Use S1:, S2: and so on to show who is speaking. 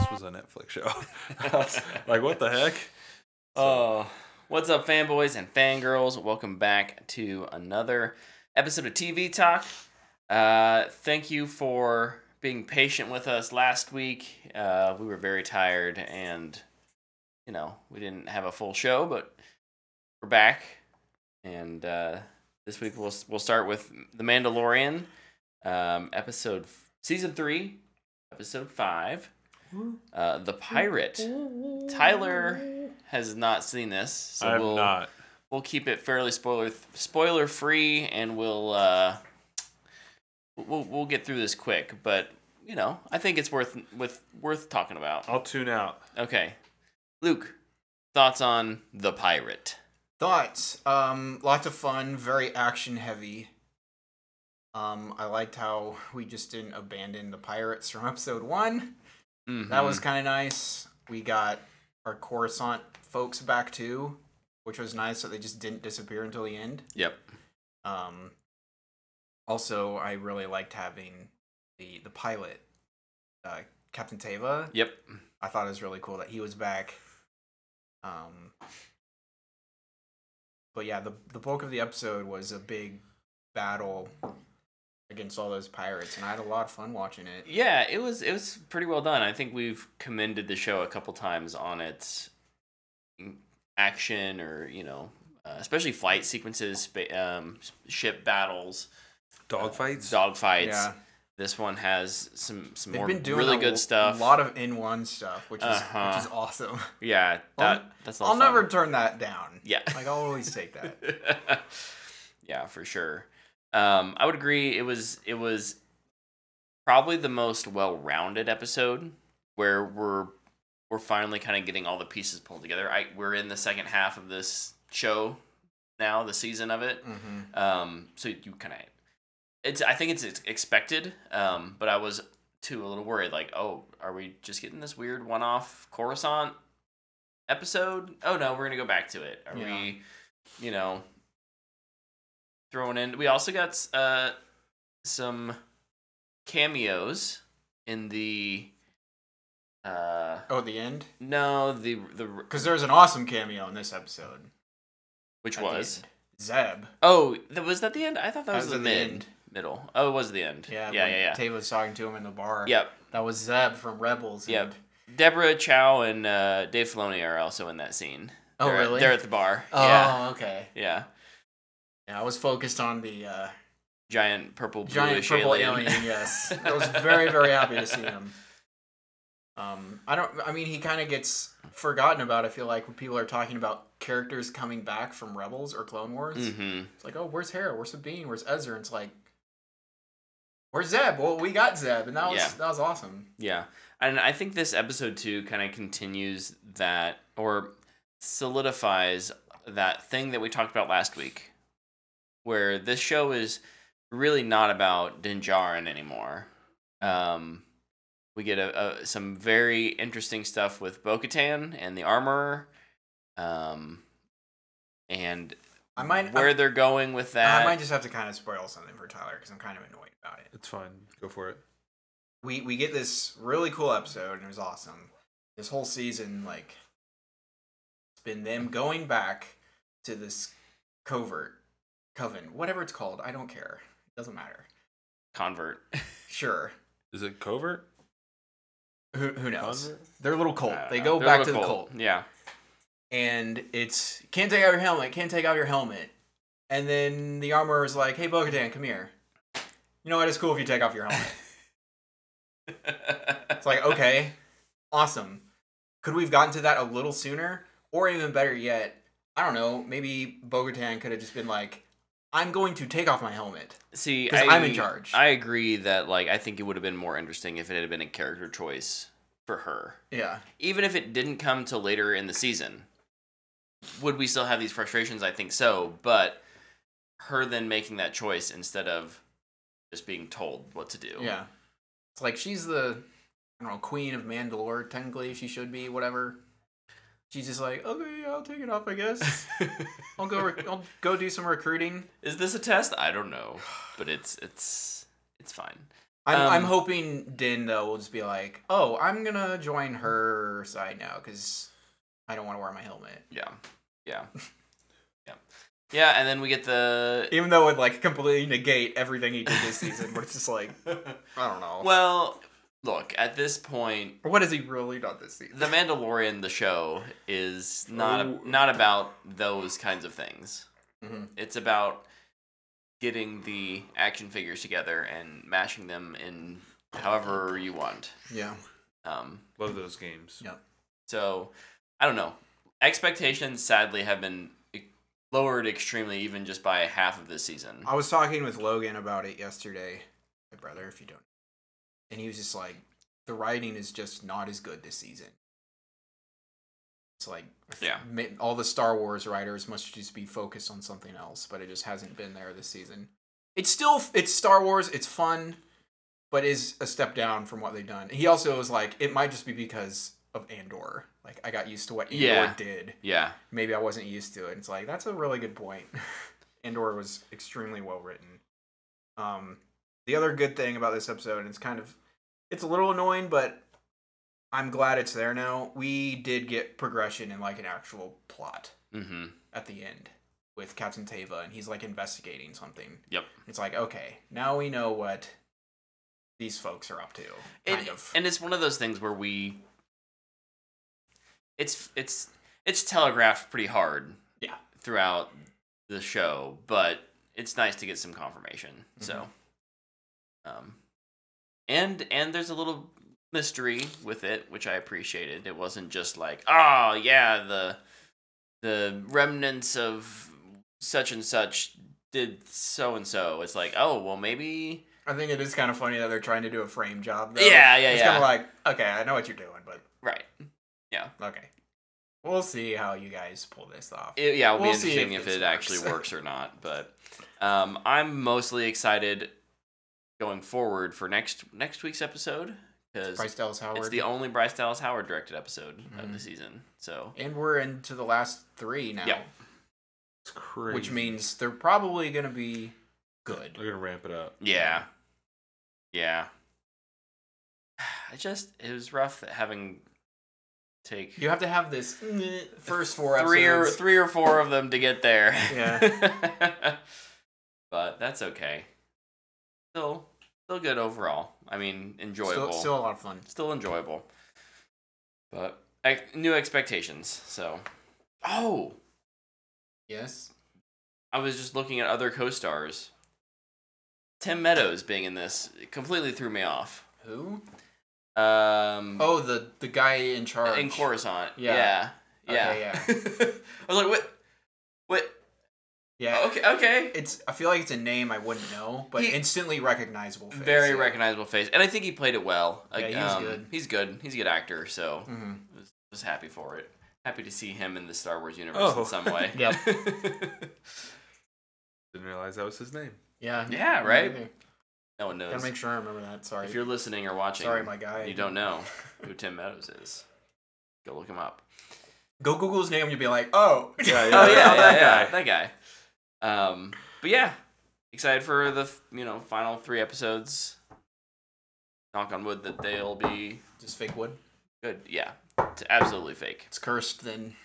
S1: Netflix show. I was like, what the heck?
S2: Oh, what's up, fanboys and fangirls? Welcome back to another episode of TV Talk. Uh, thank you for being patient with us last week. Uh, we were very tired and, you know, we didn't have a full show, but we're back. And uh, this week we'll, we'll start with The Mandalorian, um, episode, f- season three, episode five. Uh, the Pirate. Tyler has not seen this, so
S1: I have
S2: we'll
S1: not.
S2: we'll keep it fairly spoiler spoiler free, and we'll uh, we'll we'll get through this quick. But you know, I think it's worth with worth talking about.
S1: I'll tune out.
S2: Okay, Luke, thoughts on the Pirate?
S3: Thoughts. Um, lots of fun, very action heavy. Um, I liked how we just didn't abandon the pirates from episode one. That was kind of nice. We got our Coruscant folks back too, which was nice that they just didn't disappear until the end.
S2: yep.
S3: Um, also, I really liked having the the pilot, uh, Captain Tava.
S2: Yep.
S3: I thought it was really cool that he was back. Um, but yeah, the the bulk of the episode was a big battle against all those pirates, and I had a lot of fun watching it.
S2: Yeah, it was it was pretty well done. I think we've commended the show a couple times on its action, or you know, uh, especially flight sequences, spa- um, ship battles,
S1: Dog fights?
S2: dog fights.
S3: yeah,
S2: This one has some some
S3: they've
S2: more
S3: been doing
S2: really
S3: a
S2: good
S3: l-
S2: stuff.
S3: A lot of in one stuff, which is
S2: Uh-huh.
S3: which is awesome.
S2: yeah, that that's a lot
S3: Um,
S2: of
S3: I'll
S2: fun.
S3: never turn that down.
S2: Yeah.
S3: Like I'll always take that.
S2: yeah, for sure. Um, I would agree. It was it was probably the most well rounded episode where we're we're finally kind of getting all the pieces pulled together. I we're in the second half of this show now, the season of it.
S3: hmm
S2: Um, so you kind of it's I think it's ex- expected. Um, but I was too a little worried. Like, oh, are we just getting this weird one off Coruscant episode? Oh no, we're gonna go back to it. Are
S3: Yeah.
S2: we, you know, thrown in? We also got uh some cameos in the uh
S3: Oh, the end
S2: no the the
S3: because there's an awesome cameo in this episode.
S2: which
S3: at the
S2: was
S3: end. Zeb.
S2: oh that was that the end I thought that
S3: That
S2: was,
S3: was
S2: the
S3: at the
S2: mid
S3: end.
S2: middle oh it was the end
S3: Yeah,
S2: yeah
S3: when
S2: yeah yeah
S3: Tava was talking to him in the bar.
S2: Yep.
S3: That was Zeb from Rebels.
S2: Yep.
S3: and-
S2: Deborah Chow and uh, Dave Filoni are also in that scene.
S3: Oh,
S2: they're,
S3: really?
S2: They're at the bar.
S3: Oh,
S2: Yeah.
S3: okay.
S2: Yeah.
S3: Yeah, I was focused on the uh,
S2: Giant purple
S3: giant
S2: bluish
S3: purple
S2: alien.
S3: alien. yes, I was very very happy to see him. Um, I don't. I mean, he kind of gets forgotten about. I feel like when people are talking about characters coming back from Rebels or Clone Wars,
S2: hmm
S3: it's like, oh, where's Hera? Where's Sabine? Where's Ezra? And it's like, where's Zeb? Well, we got Zeb, and that was
S2: Yeah.
S3: that was awesome.
S2: Yeah. And I think this episode too kind of continues that or solidifies that thing that we talked about last week, where this show is really not about Dinjarin anymore. Um, we get a, a, some very interesting stuff with Bo Katan and the Armorer. Um, and
S3: I might
S2: where they're going with that.
S3: I, I might just have to kind of spoil something for Tyler because I'm kind of annoyed about it.
S1: It's fine. Go for it.
S3: we we get this really cool episode and it was awesome. This whole season, like, it's been them going back to this covert coven, whatever it's called. I don't care. It doesn't matter.
S2: Convert.
S3: Sure.
S1: Is it covert?
S3: Who, who knows?
S1: Convert?
S3: Their little cult.
S2: Uh,
S3: They go
S2: they're
S3: back
S2: a
S3: to the
S2: cult.
S3: cult.
S2: Yeah.
S3: And it's can't take out your helmet, can't take out your helmet. And then the armorer is like, hey, Bogodan, come here. You know what? It's cool if you take off your helmet. It's like, okay, awesome. Could we have gotten to that a little sooner? Or even better yet, I don't know, maybe Bogotan could have just been like, I'm going to take off my helmet.
S2: See,
S3: 'Cause
S2: I,
S3: I'm in charge.
S2: I agree that like I think it would have been more interesting if it had been a character choice for her,
S3: Yeah.
S2: even if it didn't come till later in the season. Would we still have these frustrations? I think so, but her then making that choice instead of just being told what to do.
S3: Yeah. It's like she's the I don't know, queen of Mandalore, technically she should be, whatever. She's just like, okay, I'll take it off, I guess. I'll go. Rec- I'll go do some recruiting.
S2: Is this a test? I don't know, but it's it's it's fine.
S3: I'm, I'm
S2: Um,
S3: hoping Din though will just be like, oh, I'm gonna join her side now because I don't want to wear my helmet.
S2: Yeah. Yeah. yeah. Yeah, and then we get the
S3: Even though it like completely negate everything he did this season, but it's just like I don't know.
S2: Well, look, at this point,
S3: what has he really done this season?
S2: The Mandalorian the show is not
S1: Oh.
S2: not about those kinds of things.
S3: Mhm.
S2: It's about getting the action figures together and mashing them in however you want.
S3: Yeah.
S2: Um,
S1: Love those games.
S3: Yeah.
S2: so I don't know. Expectations sadly have been e- lowered extremely even just by half of this season.
S3: I was talking with Logan about it yesterday, my brother, if you don't. And he was just like, the writing is just not as good this season. It's like,
S2: Yeah.
S3: ma- all the Star Wars writers must just be focused on something else, but it just hasn't been there this season. It's still, it's Star Wars, it's fun, but is a step down from what they've done. He also was like, it might just be because of Andor. Like, I got used to what Andor
S2: Yeah.
S3: did
S2: Yeah.
S3: maybe I wasn't used to it. It's like that's a really good point. Andor was extremely well written. Um, the other good thing about this episode, and it's kind of, it's a little annoying, but I'm glad it's there now. We did get progression in like an actual plot
S2: Mhm.
S3: at the end with Captain Teva, and he's like investigating something.
S2: Yep.
S3: It's like okay, now we know what these folks are up to. Kind
S2: and,
S3: of.
S2: and it's one of those things where we it's it's it's telegraphed pretty hard
S3: Yeah.
S2: throughout the show but it's nice to get some confirmation so
S3: Mm-hmm.
S2: um and and there's a little mystery with it which i appreciated it wasn't just like oh yeah the the remnants of such and such did so and so it's like oh well maybe
S3: I think it is kind of funny that they're trying to do a frame job. Though.
S2: Yeah, yeah,
S3: it's
S2: yeah.
S3: kind of like okay, I know what you're doing, but
S2: right
S3: Okay. We'll see how you guys pull this off.
S2: It- yeah, it'll
S3: We'll
S2: be
S3: see
S2: interesting
S3: if
S2: if,
S3: this
S2: it actually
S3: works.
S2: works or not. But um, I'm mostly excited going forward for next next week's episode because
S3: Bryce Dallas Howard.
S2: it's the only Bryce Dallas Howard directed episode of the
S3: Mhm.
S2: season. So
S3: and we're into the last three now.
S2: Yep.
S1: It's crazy.
S3: Which means they're probably going to be good.
S1: they're gonna ramp it up.
S2: yeah, yeah. I just it was rough that having to take
S3: You have to have this first four
S2: three or
S3: episodes.
S2: three or four of them to get there.
S3: Yeah.
S2: but that's okay. Still, still good overall. I mean, enjoyable.
S3: Still, still a lot of fun.
S2: still enjoyable. But ex- new expectations. So, oh,
S3: Yes.
S2: I was just looking at other co-stars. Tim Meadows being in this completely threw me off.
S3: Who?
S2: Um,
S3: Oh, the the guy in charge.
S2: in Coruscant. Yeah,
S3: Yeah.
S2: yeah.
S3: Okay,
S2: I was like, what? What?
S3: Yeah.
S2: Okay, okay.
S3: It's. I feel like it's a name I wouldn't know, but
S2: Oh. He-
S3: instantly recognizable. Face.
S2: Very
S3: yeah.
S2: recognizable face, and I think he played it well. um,
S3: Yeah, he was good.
S2: He's good. He's a good actor, so
S3: Mhm.
S2: was, was happy for it. Happy to see him in the Star Wars universe
S1: Oh.
S2: in some way.
S3: Yep.
S1: Didn't realize that was his name.
S3: Yeah.
S2: yeah, right.
S3: Gotta
S2: No one knows.
S3: make sure I remember that. Sorry.
S2: If you're listening or watching,
S3: Sorry, my guy.
S2: you don't know who Tim Meadows is. Go look him up.
S3: Go Google his name. You'll be like, oh.
S1: Yeah,
S2: Oh
S1: yeah,
S2: yeah,
S1: that
S2: yeah, yeah, that guy. Um, but yeah, excited for the f- you know final three episodes. Knock on would that they'll be
S3: Just fake wood.
S2: good. Yeah, it's absolutely fake.
S3: It's cursed then.